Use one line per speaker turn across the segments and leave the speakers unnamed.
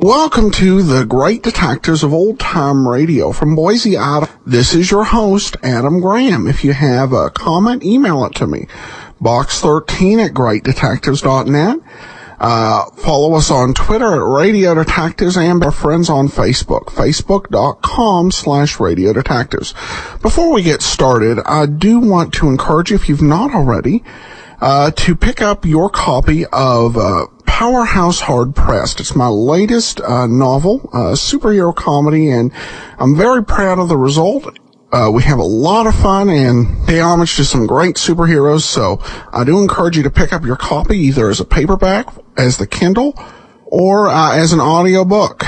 Welcome to the Great Detectives of Old Time Radio from Boise, Idaho. This is your host, Adam Graham. If you have a comment, email it to me. Box13 at greatdetectives.net. Uh, follow us on Twitter at Radio Detectives and our friends on Facebook, facebook.com slash Radio Detectives. Before we get started, I do want to encourage you, if you've not already, uh, to pick up your copy of uh, Powerhouse Hard Pressed. It's my latest uh, novel, uh, superhero comedy, and I'm very proud of the result. Uh, we have a lot of fun and pay homage to some great superheroes, so I do encourage you to pick up your copy either as a paperback, as the Kindle, or uh, as an audiobook.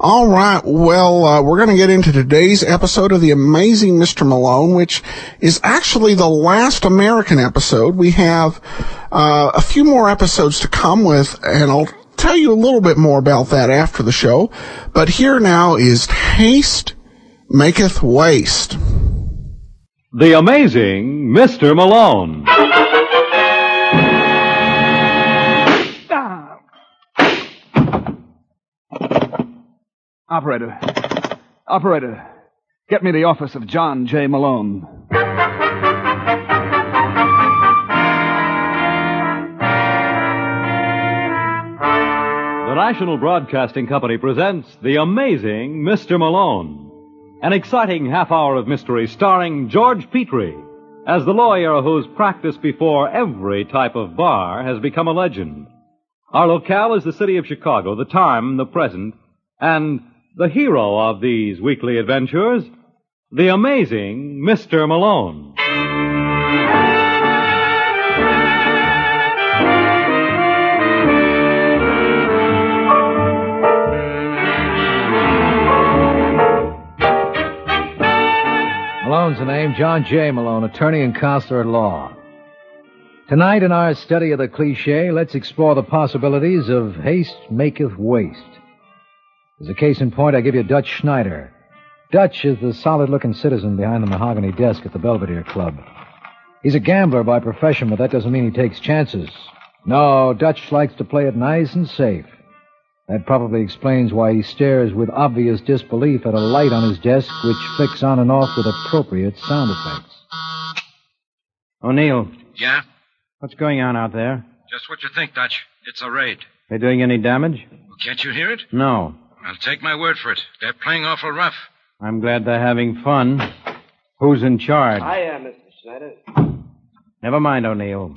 All right, well, uh, we're going to get into today's episode of The Amazing Mr. Malone, which is actually the last American episode. We have uh, a few more episodes to come with, and I'll tell you a little bit more about that after the show. But here now is Haste Maketh Waste.
The amazing Mr. Malone.
Operator. Operator. Get me the office of John J. Malone.
The National Broadcasting Company presents The Amazing Mr. Malone, an exciting half hour of mystery starring George Petrie as the lawyer whose practice before every type of bar has become a legend. Our locale is the city of Chicago, the time, the present, and the hero of these weekly adventures, the amazing Mr. Malone.
Malone's the name, John J. Malone, attorney and counselor at law. Tonight, in our study of the cliche, let's explore the possibilities of haste maketh waste. As a case in point, I give you Dutch Schneider. Dutch is the solid looking citizen behind the mahogany desk at the Belvedere Club. He's a gambler by profession, but that doesn't mean he takes chances. No, Dutch likes to play it nice and safe. That probably explains why he stares with obvious disbelief at a light on his desk, which flicks on and off with appropriate sound effects.
O'Neill,
Yeah?
what's going on out there?
Just what you think, Dutch. It's a raid.
They doing any damage?
Well, can't you hear it?
No.
I'll take my word for it. They're playing awful rough.
I'm glad they're having fun. Who's in charge?
I uh, am, Mr. Schneider. Do
Never mind, O'Neill.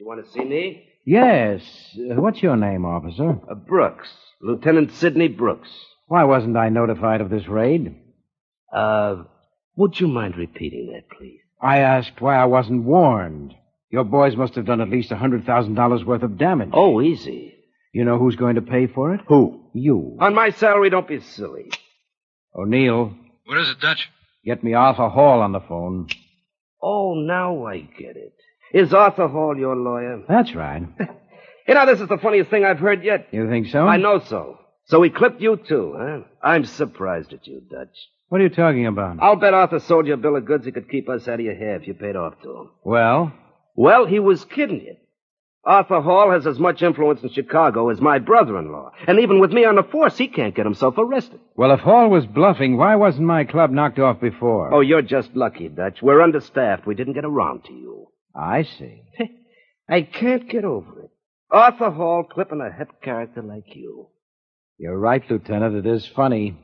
you want to see me?
Yes. uh, What's your name, officer?
Uh, Brooks, Lieutenant Sidney Brooks.
Why wasn't I notified of this raid?
Uh, would you mind repeating that, please?
I asked why I wasn't warned. Your boys must have done at least a $100,000 worth of damage.
Oh, easy.
You know who's going to pay for it?
Who?
You.
On my salary, don't be silly.
O'Neill,
What is it, Dutch?
get me Arthur Hall on the phone.
Oh, now I get it. Is Arthur Hall your lawyer?
That's right.
You know, this is the funniest thing I've heard yet.
You think so?
I know so. So he clipped you, too, huh? I'm surprised at you, Dutch.
What are you talking about?
I'll bet Arthur sold you a bill of goods he could keep us out of your hair if you paid off to him.
Well,
Well, he was kidding you. Arthur Hall has as much influence in Chicago as my brother-in-law. And even with me on the force, he can't get himself arrested.
well, if Hall was bluffing, why wasn't my club knocked off before?
Oh, you're just lucky, Dutch. We're understaffed. We didn't get around to you.
I see.
I can't get over it. Arthur Hall clipping a hep character like you.
You're right, Lieutenant. It is funny.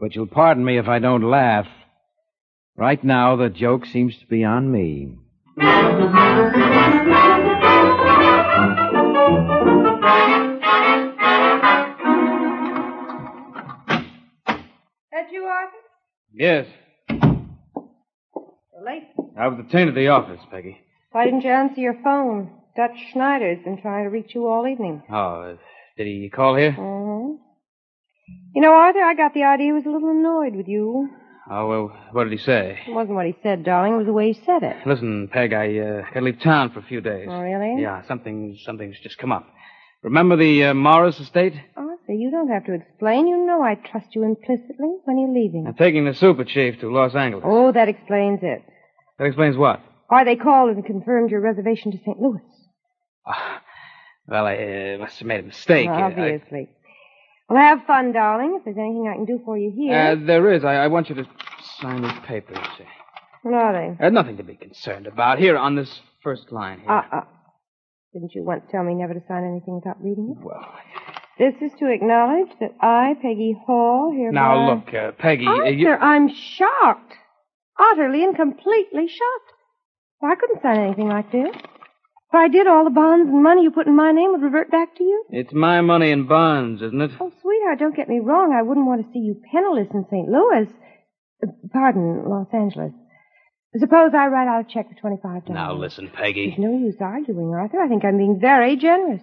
But you'll pardon me if I don't laugh. Right now, the joke seems to be on me.
That you, Arthur?
Yes.
You're late.
I was detained at the office, Peggy.
Why didn't you answer your phone? Dutch Schneider's been trying to reach you all evening.
Oh, did he call here?
Mm-hmm. You know, Arthur, I got the idea he was a little annoyed with you.
Oh, well, what did he say?
It wasn't what he said, darling. It was the way he said it.
Listen, Peg, I uh, gotta leave town for a few days.
Oh, really?
Yeah, something, something's just come up. Remember the uh, Morris estate?
Arthur, you don't have to explain. You know I trust you implicitly when you're leaving.
I'm taking the super chief to Los Angeles.
Oh, that explains it.
That explains what?
Why they called and confirmed your reservation to St. Louis.
Well, I uh, must have made a mistake. I- Uh,
Obviously. Well, have fun, darling. If there's anything I can do for you
I-
here.
uh, there is. I, I want you to sign these papers.
What are they?
Uh, nothing to be concerned about. Here, on this first line here.
Uh, uh. Didn't you once tell me never to sign anything without reading it?
Well.
This is to acknowledge that I, Peggy Hall, hereby...
now, look, uh, Peggy. uh,
Arthur,
you-
I'm shocked. Utterly and completely shocked. Well, I couldn't sign anything like this. If I did, all the bonds and money you put in my name would revert back to you.
It's my money in bonds, isn't it?
Oh, sweetheart, don't get me wrong. I wouldn't want to see you penniless in St. Louis. Uh, Pardon, Los Angeles. Suppose I write out a check for $25.
Now, listen, Peggy.
There's no use arguing, Arthur. I think I'm being very generous.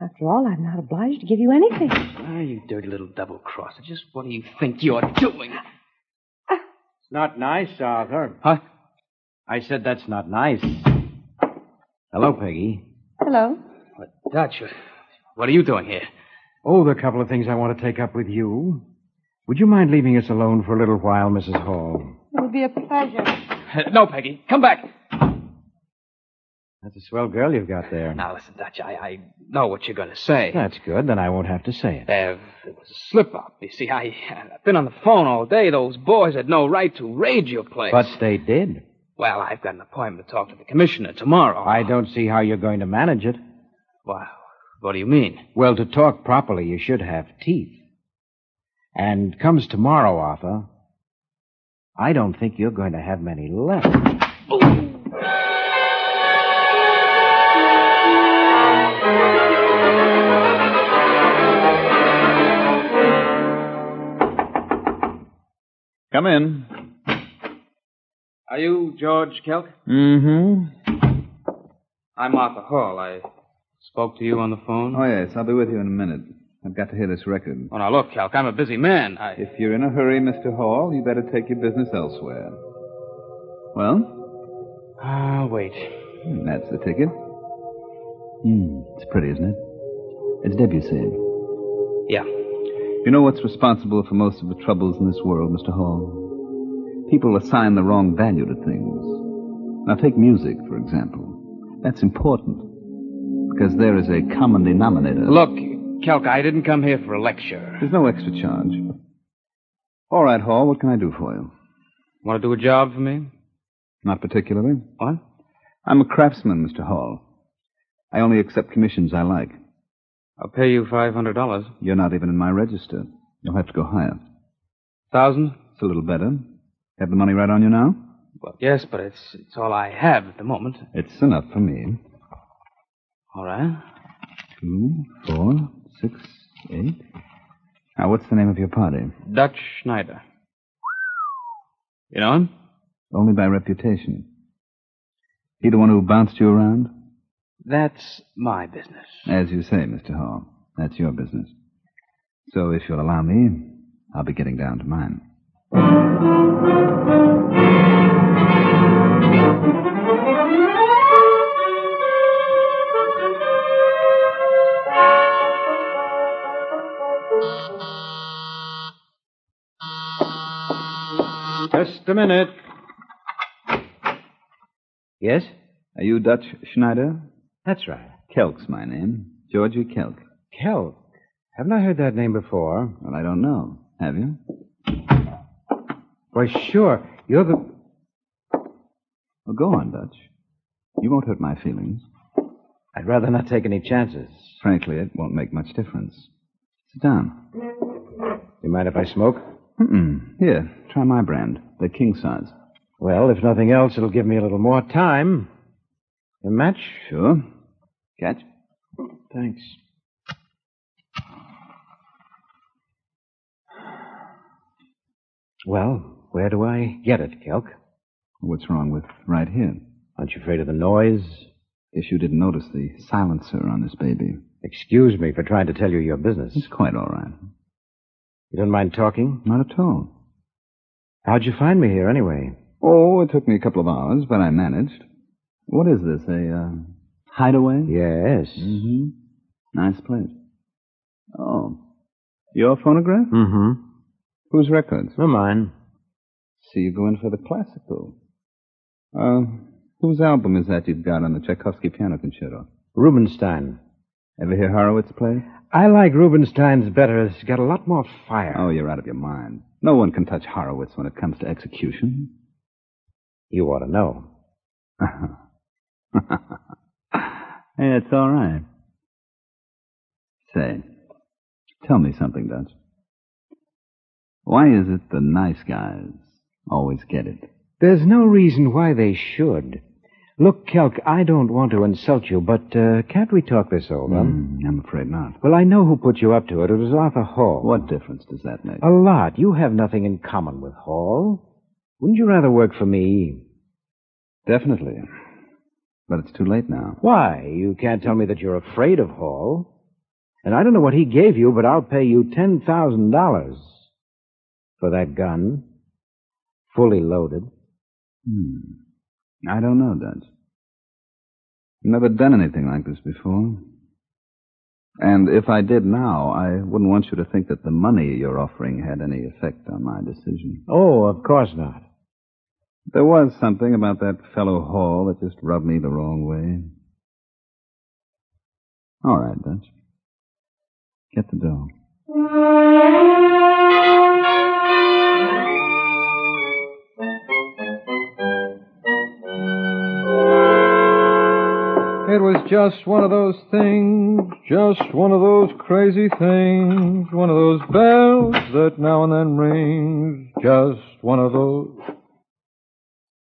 After all, I'm not obliged to give you anything.
Ah, you dirty little double crosser. Just what do you think you're doing?
It's not nice, Arthur.
Huh?
I said that's not nice. Hello, Peggy.
Hello?
Dutch, uh, what are you doing here?
Oh, there are a couple of things I want to take up with you. Would you mind leaving us alone for a little while, Mrs. Hall?
It would be a pleasure.
No, Peggy, come back.
That's a swell girl you've got there.
Now, listen, Dutch, I, I know what you're going to say.
That's good. Then I won't have to say it.
Uh, it was a slip up. You see, I, I've been on the phone all day. Those boys had no right to raid your place.
But they did.
Well, I've got an appointment to talk to the commissioner tomorrow.
I don't see how you're going to manage it.
Wow. What do you mean?
Well, to talk properly, you should have teeth. And comes tomorrow, Arthur, I don't think you're going to have many left.
Come in.
Are you George Kelk?
Mm
Mm-hmm.
hmm.
I'm Arthur Hall. I spoke to you on the phone.
Oh, yes, I'll be with you in a minute. I've got to hear this record.
Oh, now look, Kelk, I'm a busy man. I...
If you're in a hurry, Mr. Hall, you better take your business elsewhere. Well,
Ah, wait.
hmm, that's the ticket. Hmm, it's pretty, isn't it? It's Debussy.
Yeah.
You know what's responsible for most of the troubles in this world, Mr. Hall? People assign the wrong value to things. Now, take music, for example. That's important, because there is a common denominator.
Look, Kelk, I didn't come here for a lecture.
There's no extra charge. All right, Hall, what can I do for you?
Want to do a job for me?
Not particularly.
What?
I'm a craftsman, Mr. Hall. I only accept commissions I like.
I'll pay you $500.
You're not even in my register. You'll have to go higher.
Thousand?
It's a little better. Have the money right on you now?
Well, yes, but it's, it's all I have at the moment.
It's enough for me.
All right.
Two, four, six, eight. Now, what's the name of your party?
Dutch Schneider. You know him?
Only by reputation. He the one who bounced you around?
That's my business.
As you say, Mr. Hall, that's your business. So if you'll allow me, I'll be getting down to mine.
Just a minute.
Yes?
Are you Dutch Schneider?
That's right.
Kelk's my name. Georgie Kelk.
Kelk. Haven't I heard that name before?
Well, I don't know. Have you?
Why, sure. You're the.
Well, go on, Dutch. You won't hurt my feelings.
I'd rather not take any chances.
Frankly, it won't make much difference. Sit down.
You mind if I smoke?
Mm-mm. Here, try my brand. The king size.
Well, if nothing else, it'll give me a little more time. A match?
Sure. Catch?
Thanks. Well, where do I get it, Kelk?
What's wrong with right here?
Aren't you afraid of the noise?
Guess you didn't notice the silencer on this baby.
Excuse me for trying to tell you your business.
It's quite all right.
You don't mind talking?
Not at all.
How'd you find me here, anyway?
Oh, it took me a couple of hours, but I managed. What is this, a uh, hideaway?
Yes.
Mm-hmm. Nice place. Oh, your phonograph?
Mm-hmm.
Whose records?
No, mine.
See, you go in for the classical. Uh, whose album is that you've got on the Tchaikovsky piano concerto?
Rubinstein.
Ever hear Horowitz play?
I like Rubinstein's better. It's got a lot more fire.
Oh, you're out of your mind. No one can touch Horowitz when it comes to execution.
You ought to know.
hey, it's all right. Say, tell me something, Dutch. Why is it the nice guys always get it?
There's no reason why they should. Look, Kelk, I don't want to insult you, but uh, can't we talk this over?
Mm, I'm afraid not.
Well, I know who put you up to it. It was Arthur Hall.
What difference does that make?
A lot. You have nothing in common with Hall. Wouldn't you rather work for me?
Definitely. But it's too late now.
Why? You can't tell me that you're afraid of Hall. And I don't know what he gave you, but I'll pay you $10,000 for that gun, fully loaded.
Hmm. I don't know, Dutch. Never done anything like this before. And if I did now, I wouldn't want you to think that the money you're offering had any effect on my decision.
Oh, of course not.
There was something about that fellow Hall that just rubbed me the wrong way. All right, Dutch. Get the dough.
It was just one of those things, just one of those crazy things, one of those bells that now and then rings, just one of those.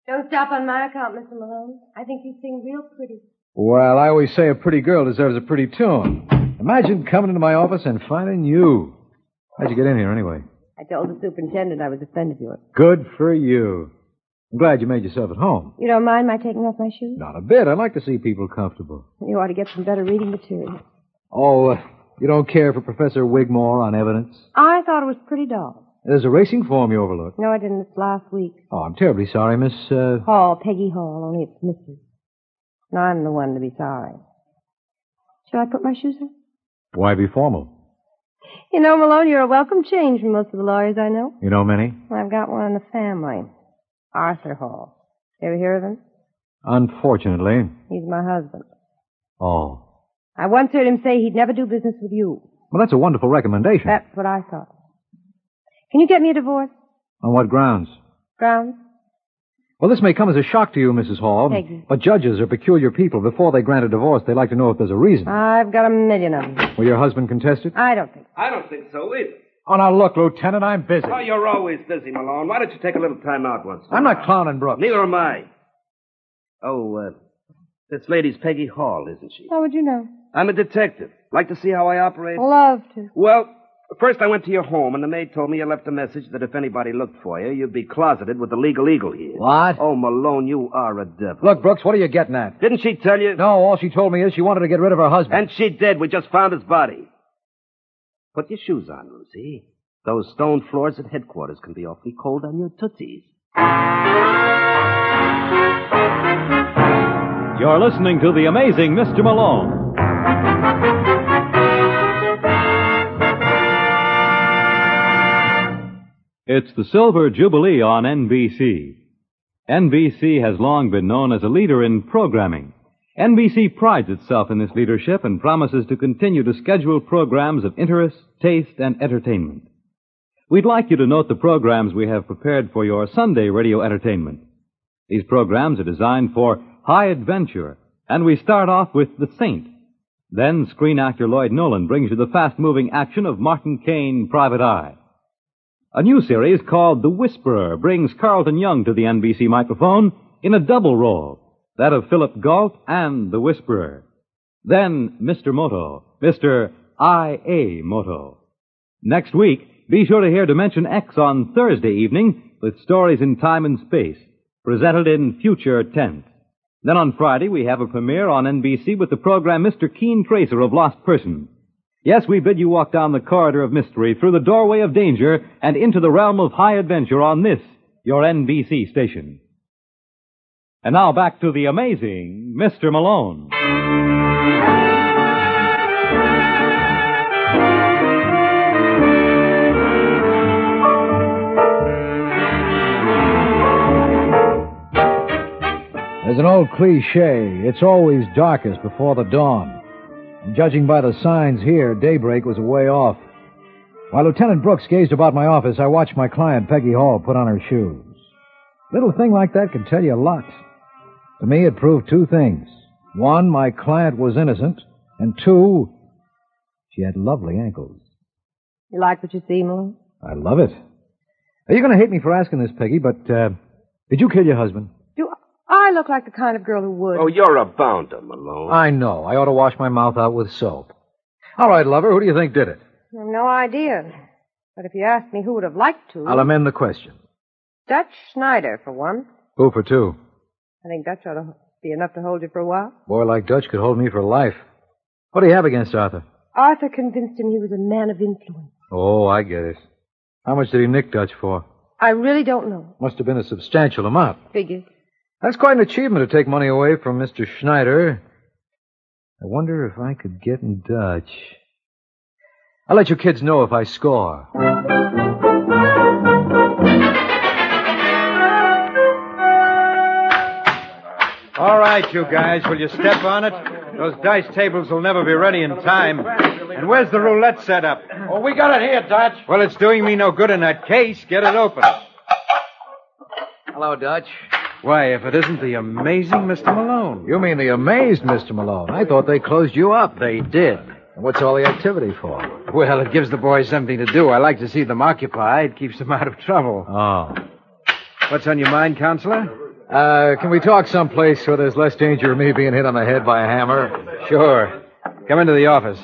Don't stop on my account, Mr. Malone. I think you sing real pretty.
Well, I always say a pretty girl deserves a pretty tune. Imagine coming into my office and finding you. How'd you get in here, anyway?
I told the superintendent I was a friend of yours.
Good for you. I'm glad you made yourself at home.
You don't mind my taking off my shoes?
Not a bit. I like to see people comfortable.
You ought to get some better reading material.
Oh, uh, you don't care for Professor Wigmore on evidence?
I thought it was pretty dull.
There's a racing form you overlooked.
No, I didn't. It's last week.
Oh, I'm terribly sorry, Miss. Uh...
Hall, Peggy Hall, only it's Mrs. No, I'm the one to be sorry. Shall I put my shoes on?
Why be formal?
You know, Malone, you're a welcome change from most of the lawyers I know.
You know many?
I've got one in the family. Arthur Hall. You ever hear of him?
Unfortunately.
He's my husband.
Oh.
I once heard him say he'd never do business with you.
Well, that's a wonderful recommendation.
That's what I thought. Can you get me a divorce?
On what grounds?
Grounds?
Well, this may come as a shock to you, Mrs. Hall.
Peggy.
But judges are peculiar people. Before they grant a divorce, they like to know if there's a reason.
I've got a million of them.
Will your husband contest it?
I don't think so.
I don't think so either.
Oh, now look, Lieutenant, I'm busy.
Oh, you're always busy, Malone. Why don't you take a little time out once? in a
I'm
while?
not clowning Brooks.
Neither am I. Oh, uh, this lady's Peggy Hall, isn't she?
How would you know?
I'm a detective. Like to see how I operate?
Oh.
Love to.
Well, first I went to your home, and the maid told me you left a message that if anybody looked for you, you'd be closeted with the legal eagle here.
What?
Oh, Malone, you are a devil.
Look, Brooks, what are you getting at?
Didn't she tell you?
No, all she told me is she wanted to get rid of her husband.
And she did. We just found his body. Put your shoes on, Lucy. Those stone floors at headquarters can be awfully cold on your tootsies.
You're listening to The Amazing Mr. Malone. It's the Silver Jubilee on NBC. NBC has long been known as a leader in programming. NBC prides itself in this leadership and promises to continue to schedule programs of interest, taste, and entertainment. We'd like you to note the programs we have prepared for your Sunday radio entertainment. These programs are designed for high adventure, and we start off with The Saint. Then screen actor Lloyd Nolan brings you the fast-moving action of Martin Caine, Private Eye. A new series
Oh,
called The Whisperer brings Carlton Young to the NBC microphone in a double role, that of Philip Galt and The Whisperer. Then Mr. Moto, Mr. I.A. Moto. Next week, be sure to hear Dimension X on Thursday evening with stories in time and space, presented in future tense. Then on Friday, we have a premiere on NBC with the program Mr. Keen Tracer of Lost Persons. Yes, we bid you walk down the corridor of mystery, through the doorway of danger, and into the realm of high adventure on this, your NBC station. And now back to the amazing Mr. Malone.
There's an old cliche it's always darkest before the dawn. And judging by the signs here, daybreak was a way off. While Lieutenant Brooks gazed about my office, I watched my client, Peggy Hall, put on her shoes. Little thing like that can tell you a lot. To me, it proved two things. One, my client was innocent, and two, she had lovely ankles.
You like what you see, Malone?
I love it. Now, You're going to hate me for asking this, Peggy, but uh, did you kill your husband?
Do I look like the kind of girl who would?
Oh, you're a bounder, Malone.
I know. I ought to wash my mouth out with soap. All right, lover, who do you think did it?
I have no idea. But if you asked me who would have liked to,
I'll amend the question.
Dutch Schneider, for one.
Who for two?
I think Dutch ought to be enough to hold you for a while.
Boy like Dutch could hold me for life. What do you have against Arthur?
Arthur convinced him he was a man of influence.
Oh, I get it. How much did he nick Dutch for?
I really don't know.
Must have been a substantial amount.
Figures.
That's quite an achievement to take money away from Mr. Schneider. I wonder if I could get in Dutch. I'll let you kids know if I score.
All right, you guys, will you step on it? Those dice tables will never be ready in time. And where's the roulette set up?
Oh, we got it here, Dutch.
Well, it's doing me no good in that case. Get it open.
Hello, Dutch.
Why, if it isn't the amazing Mr. Malone.
You mean the amazed Mr. Malone? I thought they closed you up. They did. And what's all the activity for?
Well, it gives the boys something to do. I like to see them occupied. It keeps them out of trouble.
Oh.
What's on your mind, counselor?
Uh, can we talk someplace where there's less danger of me being hit on the head by a hammer?
Sure. Come into the office.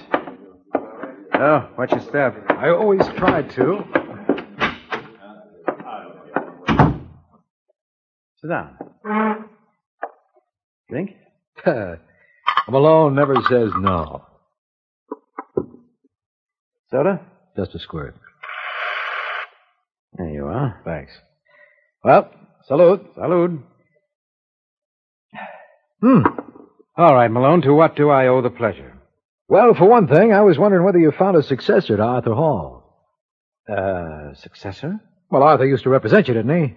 Oh, watch your step.
I always try to.
Sit down. Drink?
Malone never says no.
Soda?
Just a squirt.
There you are.
Thanks. Well, salute.
Salute. Hmm. All right, Malone, to what do I owe the pleasure?
Well, for one thing, I was wondering whether you found a successor to Arthur Hall.
Uh, successor?
Well, Arthur used to represent you, didn't he?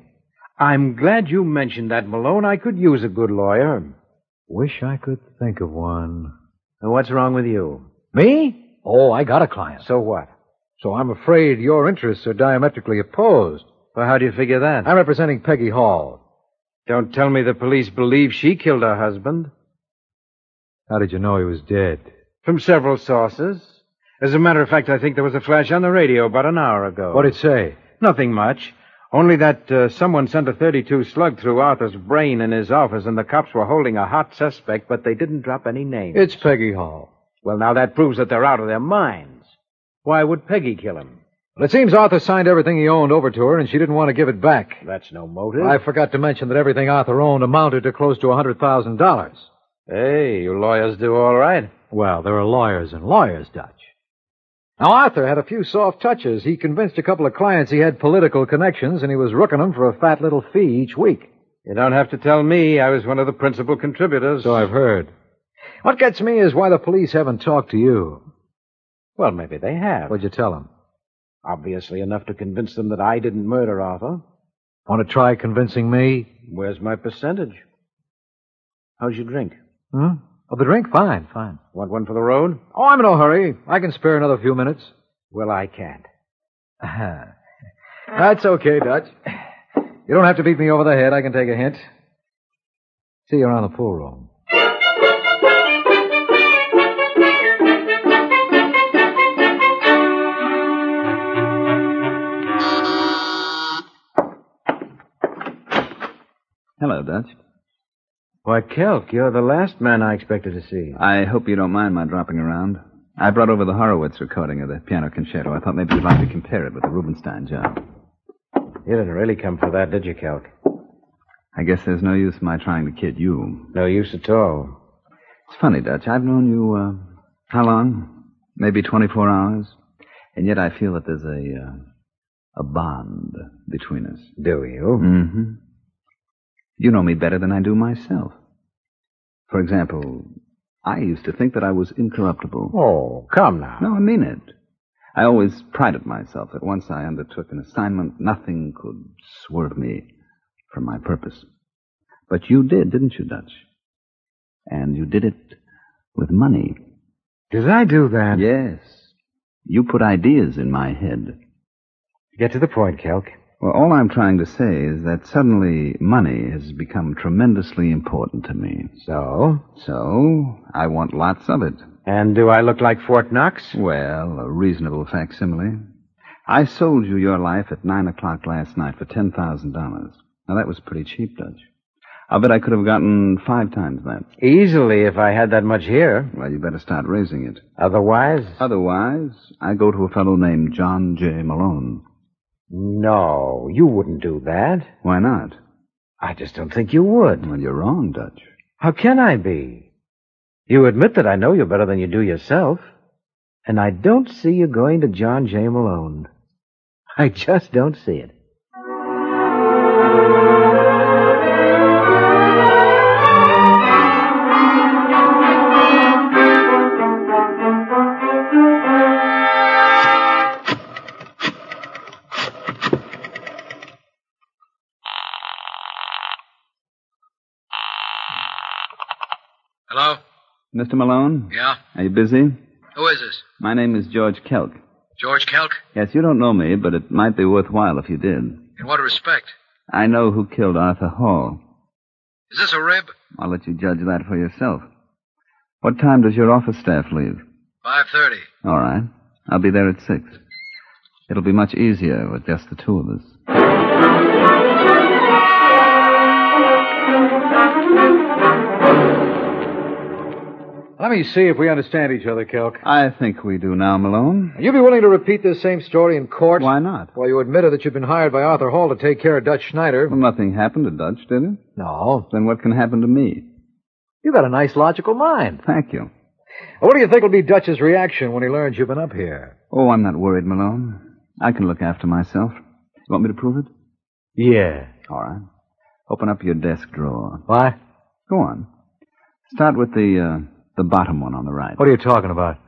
I'm glad you mentioned that, Malone. I could use a good lawyer.
Wish I could think of one.
And what's wrong with you?
Me? Oh, I got a client.
So what?
So I'm afraid your interests are diametrically opposed.
Well, how do you figure that?
I'm representing Peggy Hall.
Don't tell me the police believe she killed her husband.
How did you know he was dead?
From several sources. As a matter of fact, I think there was a flash on the radio about an hour ago.
What'd it say?
Nothing much. Only that uh, someone sent a 32 slug through Arthur's brain in his office, and the cops were holding a hot suspect, but they didn't drop any names.
It's Peggy Hall.
Well, now that proves that they're out of their minds. Why would Peggy kill him?
Well, it seems Arthur signed everything he owned over to her, and she didn't want to give it back.
That's no motive.
I forgot to mention that everything Arthur owned amounted to close to a $100,000.
Hey, you lawyers do all right.
Well, there are lawyers and lawyers, Dutch. Now, Arthur had a few soft touches. He convinced a couple of clients he had political connections, and he was rooking them for a fat little fee each week.
You don't have to tell me. I was one of the principal contributors.
So I've heard. What gets me is why the police haven't talked to you.
Well, maybe they have.
What'd you tell them?
Obviously enough to convince them that I didn't murder Arthur.
Want to try convincing me?
Where's my percentage? How's your drink?
Hmm? Oh, the drink? Fine, fine.
Want one for the road?
Oh, I'm in no hurry. I can spare another few minutes.
Well, I can't.
Uh-huh. That's okay, Dutch. You don't have to beat me over the head. I can take a hint. See you around the pool room.
Hello, Dutch.
Why, Kelk, you're the last man I expected to see.
I hope you don't mind my dropping around. I brought over the Horowitz recording of the piano concerto. I thought maybe you'd like to compare it with the Rubinstein job.
You didn't really come for that, did you, Kelk?
I guess there's no use my trying to kid you.
No use at all.
It's funny, Dutch. I've known you, uh, how long? maybe 24 hours. And yet I feel that there's a, uh, a bond between us.
Do you?
Mm-hmm. You know me better than I do myself. For example, I used to think that I was incorruptible.
Oh, come now.
No, I mean it. I always prided myself that once I undertook an assignment, nothing could swerve me from my purpose. But you did, didn't you, Dutch? And you did it with money.
Did I do that?
Yes. You put ideas in my head.
Get to the point, Kelk.
Well, all I'm trying to say is that suddenly money has become tremendously important to me.
So?
So, I want lots of it.
And do I look like Fort Knox?
Well, a reasonable facsimile. I sold you your life at nine o'clock last night for ten thousand dollars. Now that was pretty cheap, Dutch. I bet I could have gotten five times that.
Easily, if I had that much here.
Well, you better start raising it.
Otherwise?
Otherwise, I go to a fellow named John J. Malone.
No, Oh, you wouldn't do that.
Why not?
I just don't think you would.
Well, you're wrong, Dutch.
How can I be? You admit that I know you better than you do yourself. And I don't see you going to John J. Malone. I just don't see it.
Hello?
Mr. Malone?
Yeah?
Are you busy?
Who is this?
My name is George Kelk.
George Kelk?
Yes, you don't know me, but it might be worthwhile if you did.
In what respect?
I know who killed Arthur Hall.
Is this a rib?
I'll let you judge that for yourself. What time does your office staff leave?
5.30.
All right. I'll be there at six. It'll be much easier with just the two of us.
Let me see if we understand each other, Kelk.
I think we do now, Malone.
You be willing to repeat this same story in court?
Why not?
Well, you admitted that you've been hired by Arthur Hall to take care of Dutch Schneider.
Well, nothing happened to Dutch, did it?
No.
Then what can happen to me?
You got a nice logical mind.
Thank you.
What do you think will be Dutch's reaction when he learns you've been up here?
Oh, I'm not worried, Malone. I can look after myself. You want me to prove it?
Yeah.
All right. Open up your desk drawer.
What?
Go on. Start with the uh, the bottom one on the right.
What are you talking about?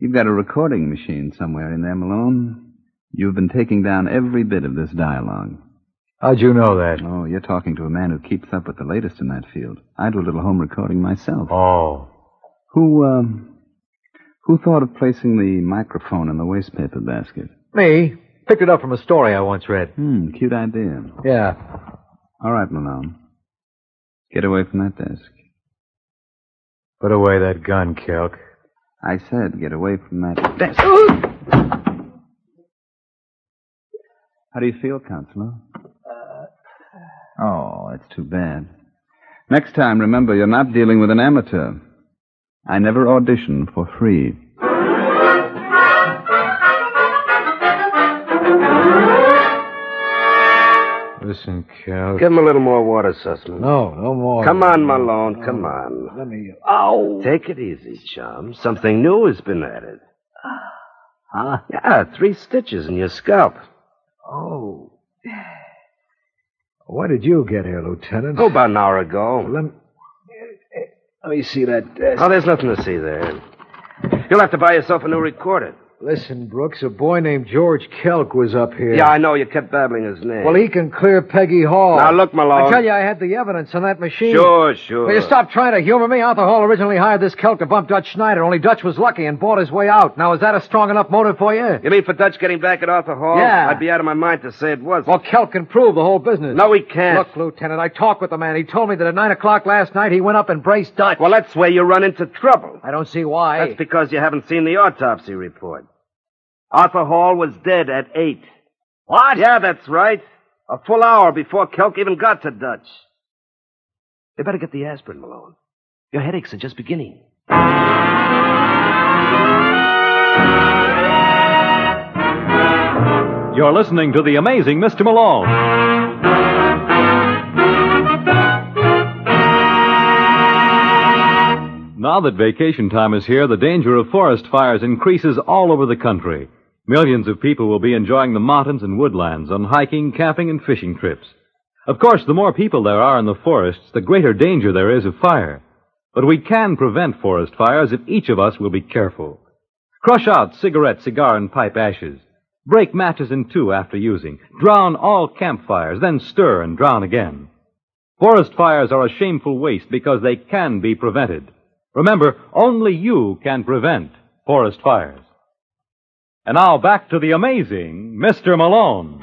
You've got a recording machine somewhere in there, Malone. You've been taking down every bit of this dialogue.
How'd you know that?
Oh, you're talking to a man who keeps up with the latest in that field. I do a little home recording myself.
Oh.
Who, um, who thought of placing the microphone in the wastepaper basket?
Me. Picked it up from a story I once read.
Hmm, cute idea.
Yeah.
All right, Malone. Get away from that desk.
Put away that gun, Kelk.
I said get away from that desk. How do you feel, Counselor? Oh, that's too bad. Next time, remember, you're not dealing with an amateur. I never audition for free.
Listen, Kelk.
Give him a little more water, Sussman.
No, Oh, no more.
Come on, Malone. Come on.
Let me.
Oh. Take it easy, chum. Something new has been added.
Huh?
Yeah, three stitches in your scalp.
Oh.
When did you get here, Lieutenant?
Oh, about an hour ago.
Let me, let me see that desk.
Oh, there's nothing to see there. You'll have to buy yourself a new recorder.
Listen, Brooks, a boy named George Kelk was up here.
Yeah, I know. You kept babbling his name.
Well, he can clear Peggy Hall.
Now, look, Malone.
I tell you, I had the evidence on that machine.
Sure, sure.
Will you stop trying to humor me? Arthur Hall originally hired this Kelk to bump Dutch Schneider, only Dutch was lucky and bought his way out. Now, is that a strong enough motive for you?
You mean for Dutch getting back at Arthur Hall?
Yeah.
I'd be out of my mind to say it wasn't.
Well, Kelk can prove the whole business.
no, he can't.
Look, Lieutenant, I talked with the man. He told me that at 9 o'clock last night he went up and braced Dutch.
well, that's where you run into trouble.
I don't see why.
That's because you haven't seen the autopsy report. Arthur Hall was dead at eight. What? Yeah, that's right. A full hour before Kelk even got to Dutch. You better get the aspirin, Malone. Your headaches are just beginning.
You're listening to The Amazing Mr. Malone. Now that vacation time is here, the danger of forest fires increases all over the country. Millions of people will be enjoying the mountains and woodlands on hiking, camping, and fishing trips. Of course, the more people there are in the forests, the greater danger there is of fire. But we can prevent forest fires if each of us will be careful. Crush out cigarette, cigar, and pipe ashes. Break matches in two after using. Drown all campfires, then stir and drown again. Forest fires are a shameful waste because they can be prevented. Remember, only you can prevent forest fires. And now back to the amazing Mr. Malone.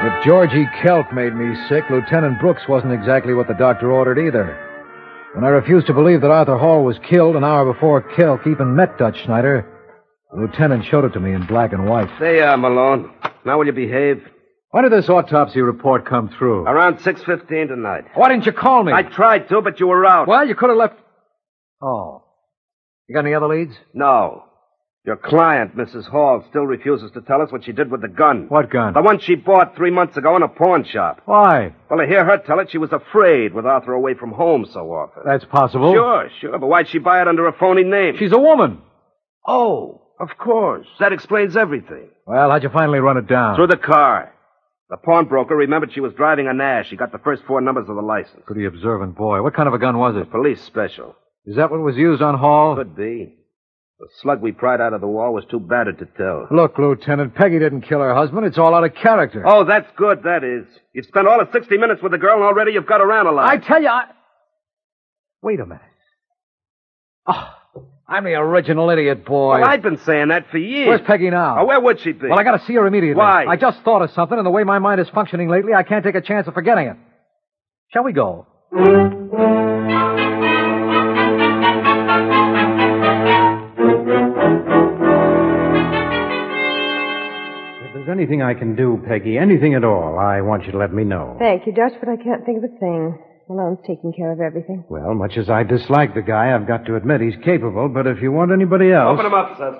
If Georgie Kelk made me sick, Lieutenant Brooks wasn't exactly what the doctor ordered either. When I refused to believe that Arthur Hall was killed an hour before Kelk even met Dutch Schneider, the lieutenant showed it to me in black and white.
Say, uh, Malone, now will you behave?
When did this autopsy report come through?
Around 6.15 tonight.
Why didn't you call me?
I tried to, but you were out.
Well, you could have left. Oh. You got any other leads?
No. Your client, Mrs. Hall, still refuses to tell us what she did with the gun.
What gun?
The one she bought three months ago in a pawn shop.
Why?
Well, I hear her tell it she was afraid with Arthur away from home so often.
That's possible.
Sure, sure, but why'd she buy it under a phony name?
She's a woman.
Oh, of course. That explains everything.
Well, how'd you finally run it down?
Through the car. The pawnbroker remembered she was driving a Nash. He got the first four numbers of the license.
Pretty observant boy. What kind of a gun was it?
Police special.
Is that what was used on Hall?
Could be. The slug we pried out of the wall was too battered to tell.
Look, Lieutenant, Peggy didn't kill her husband. It's all out of character.
Oh, that's good, that is. You've spent all of 60 minutes with the girl, and already you've got her
I
analyzed.
tell you, I. Wait a minute. Oh, I'm the original idiot boy.
Well, I've been saying that for years.
Where's Peggy now?
Oh, where would she be?
Ah. Well, I gotta see her immediately.
Why?
I just thought of something, and the way my mind is functioning lately, I can't take a chance of forgetting it. Shall we go?
If there's anything I can do, Peggy, anything at all, I want you to let me know.
Thank you, Dutch, but I can't think of a thing. Malone's taking care of everything.
Well, much as I dislike the guy, I've got to admit he's capable, but if you want anybody else.
Open him up, Seth.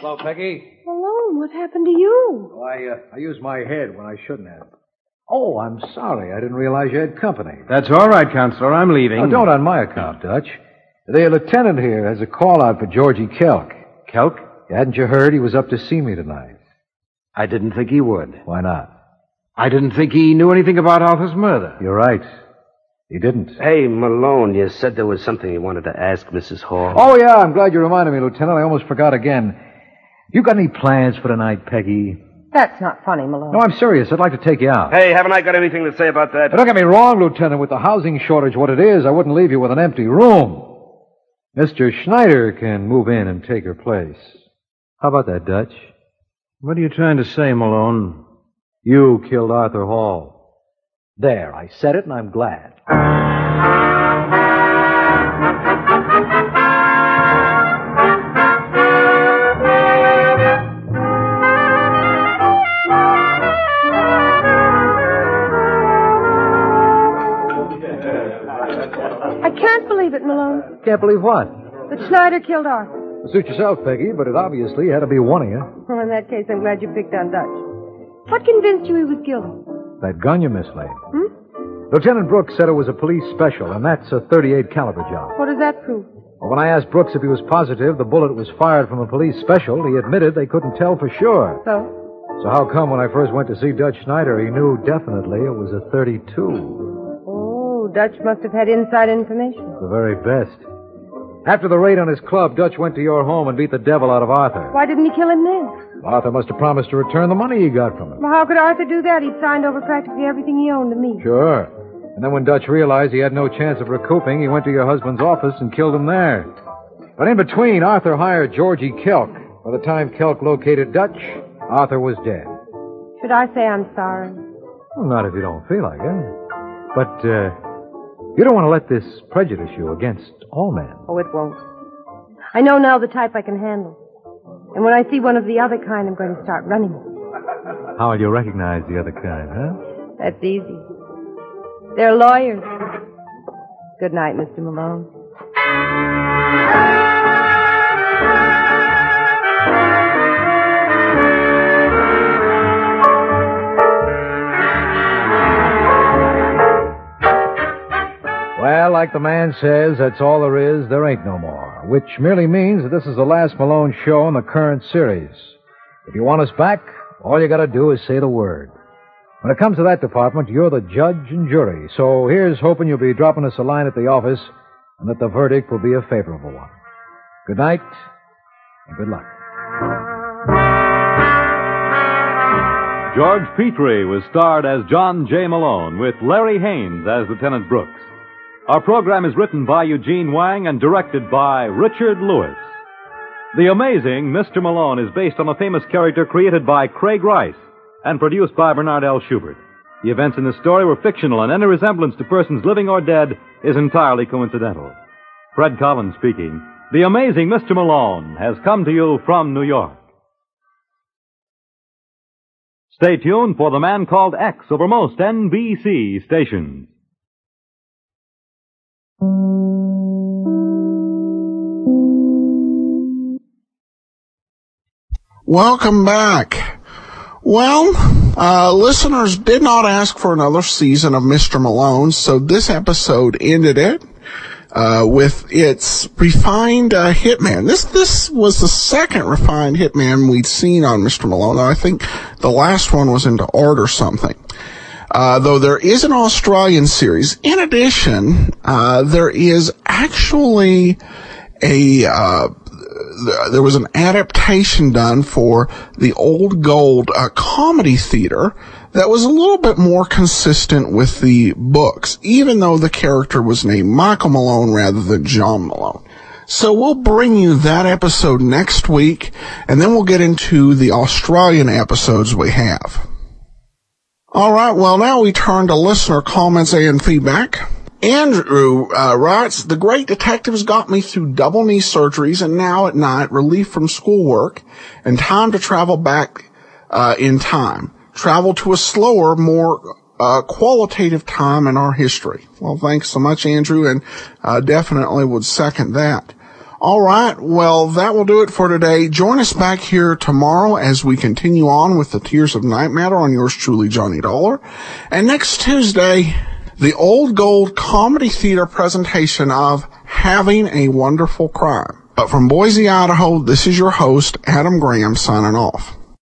Hello, Peggy.
Malone, what happened to you?
I, uh, I used my head when I shouldn't have. Oh, I'm sorry. I didn't realize you had company.
That's all right, Counselor. I'm leaving.
Now,
Oh,
don't on my account, Dutch. The lieutenant here has a call out for Georgie Kelk.
Kelk?
Hadn't you heard he was up to see me tonight?
I didn't think he would.
Why not?
I didn't think he knew anything about Arthur's murder.
You're right. He didn't.
Hey, Malone, you said there was something you wanted to ask Mrs. Hall.
Oh, yeah, I'm glad you reminded me, Lieutenant. I almost forgot again. You got any plans for tonight, Peggy?
That's not funny, Malone.
No, I'm serious. I'd like to take you out.
Hey, haven't I got anything to say about that?
Now, don't get me wrong, Lieutenant. With the housing shortage, what it is, I wouldn't leave you with an empty room. Mr. Schneider can move in and take her place. How about that, Dutch?
What are you trying to say, Malone?
You killed Arthur Hall. There, I said it, and I'm glad.
I can't believe it, Malone.
Can't believe what?
But Schneider killed Arthur.
Suit yourself, Peggy, but it obviously had to be one of you.
Well, in that case, I'm glad you picked on Dutch. What convinced you he was guilty?
That gun you mislaid. Lieutenant Brooks said it was a police special, and that's a 38 caliber job.
What does that prove?
Well, when I asked Brooks if he was positive the bullet was fired from a police special, he admitted they couldn't tell for sure.
So?
So how come when I first went to see Dutch Schneider, he knew definitely it was a 32,
Oh, Dutch must have had inside information.
the very best. After the raid on his club, Dutch went to your home and beat the devil out of Arthur.
Why didn't he kill him then?
Arthur must have promised to return the money he got from him.
Well, how could Arthur do that? He'd signed over practically everything he owned to me.
Sure. And then when Dutch realized he had no chance of recouping, he went to your husband's office and killed him there. But in between, Arthur hired Georgie Kelk. By the time Kelk located Dutch, Arthur was dead.
Should I say I'm sorry?
Well, not if you don't feel like it. But, uh, you don't want to let this prejudice you against all men.
Oh, it won't. I know now the type I can handle. And when I see one of the other kind, I'm going to start running.
How will you recognize the other kind, huh?
That's easy. They're lawyers. Good night, Mr. Malone.
Well, like the man says, that's all there is. There ain't no more. Which merely means that this is the last Malone show in the current series. If you want us back, all you gotta do is say the word. When it comes to that department, you're the judge and jury. So here's hoping you'll be dropping us a line at the office and that the verdict will be a favorable one. Good night and good luck.
George Petrie was starred as John J. Malone with Larry Haynes as Lieutenant Brooks. Our program is written by Eugene Wang and directed by Richard Lewis. The Amazing Mr. Malone is based on a famous character created by Craig Rice and produced by Bernard L. Schubert. The events in this story were fictional, and any resemblance to persons living or dead is entirely coincidental. Fred Collins speaking. The Amazing Mr. Malone has come to you from New York. Stay tuned for The Man Called X over most NBC stations.
Welcome back. Well, uh, listeners did not ask for another season of Mr. Malone, so this episode ended it uh, with its refined uh, hitman. This this was the second refined hitman we'd seen on Mr. Malone. I think the last one was into art or something. Uh, though there is an Australian series. In addition, uh, there is actually a uh, th- there was an adaptation done for the Old Gold uh, Comedy Theater that was a little bit more consistent with the books, even though the character was named Michael Malone rather than John Malone. So we'll bring you that episode next week, and then we'll get into the Australian episodes we have. All right. Well, now we turn to listener comments and feedback. Andrew uh, writes, "The great detectives got me through double knee surgeries, and now at night, relief from schoolwork and time to travel back uh, in time, travel to a slower, more uh, qualitative time in our history." Well, thanks so much, Andrew, and uh, definitely would second that. All right. Well, that will do it for today. Join us back here tomorrow as we continue on with the Tears of Night Matter on yours truly, Johnny Dollar. And next Tuesday, the Old Gold Comedy Theater presentation of Having a Wonderful Crime. But from Boise, Idaho, this is your host, Adam Graham, signing off.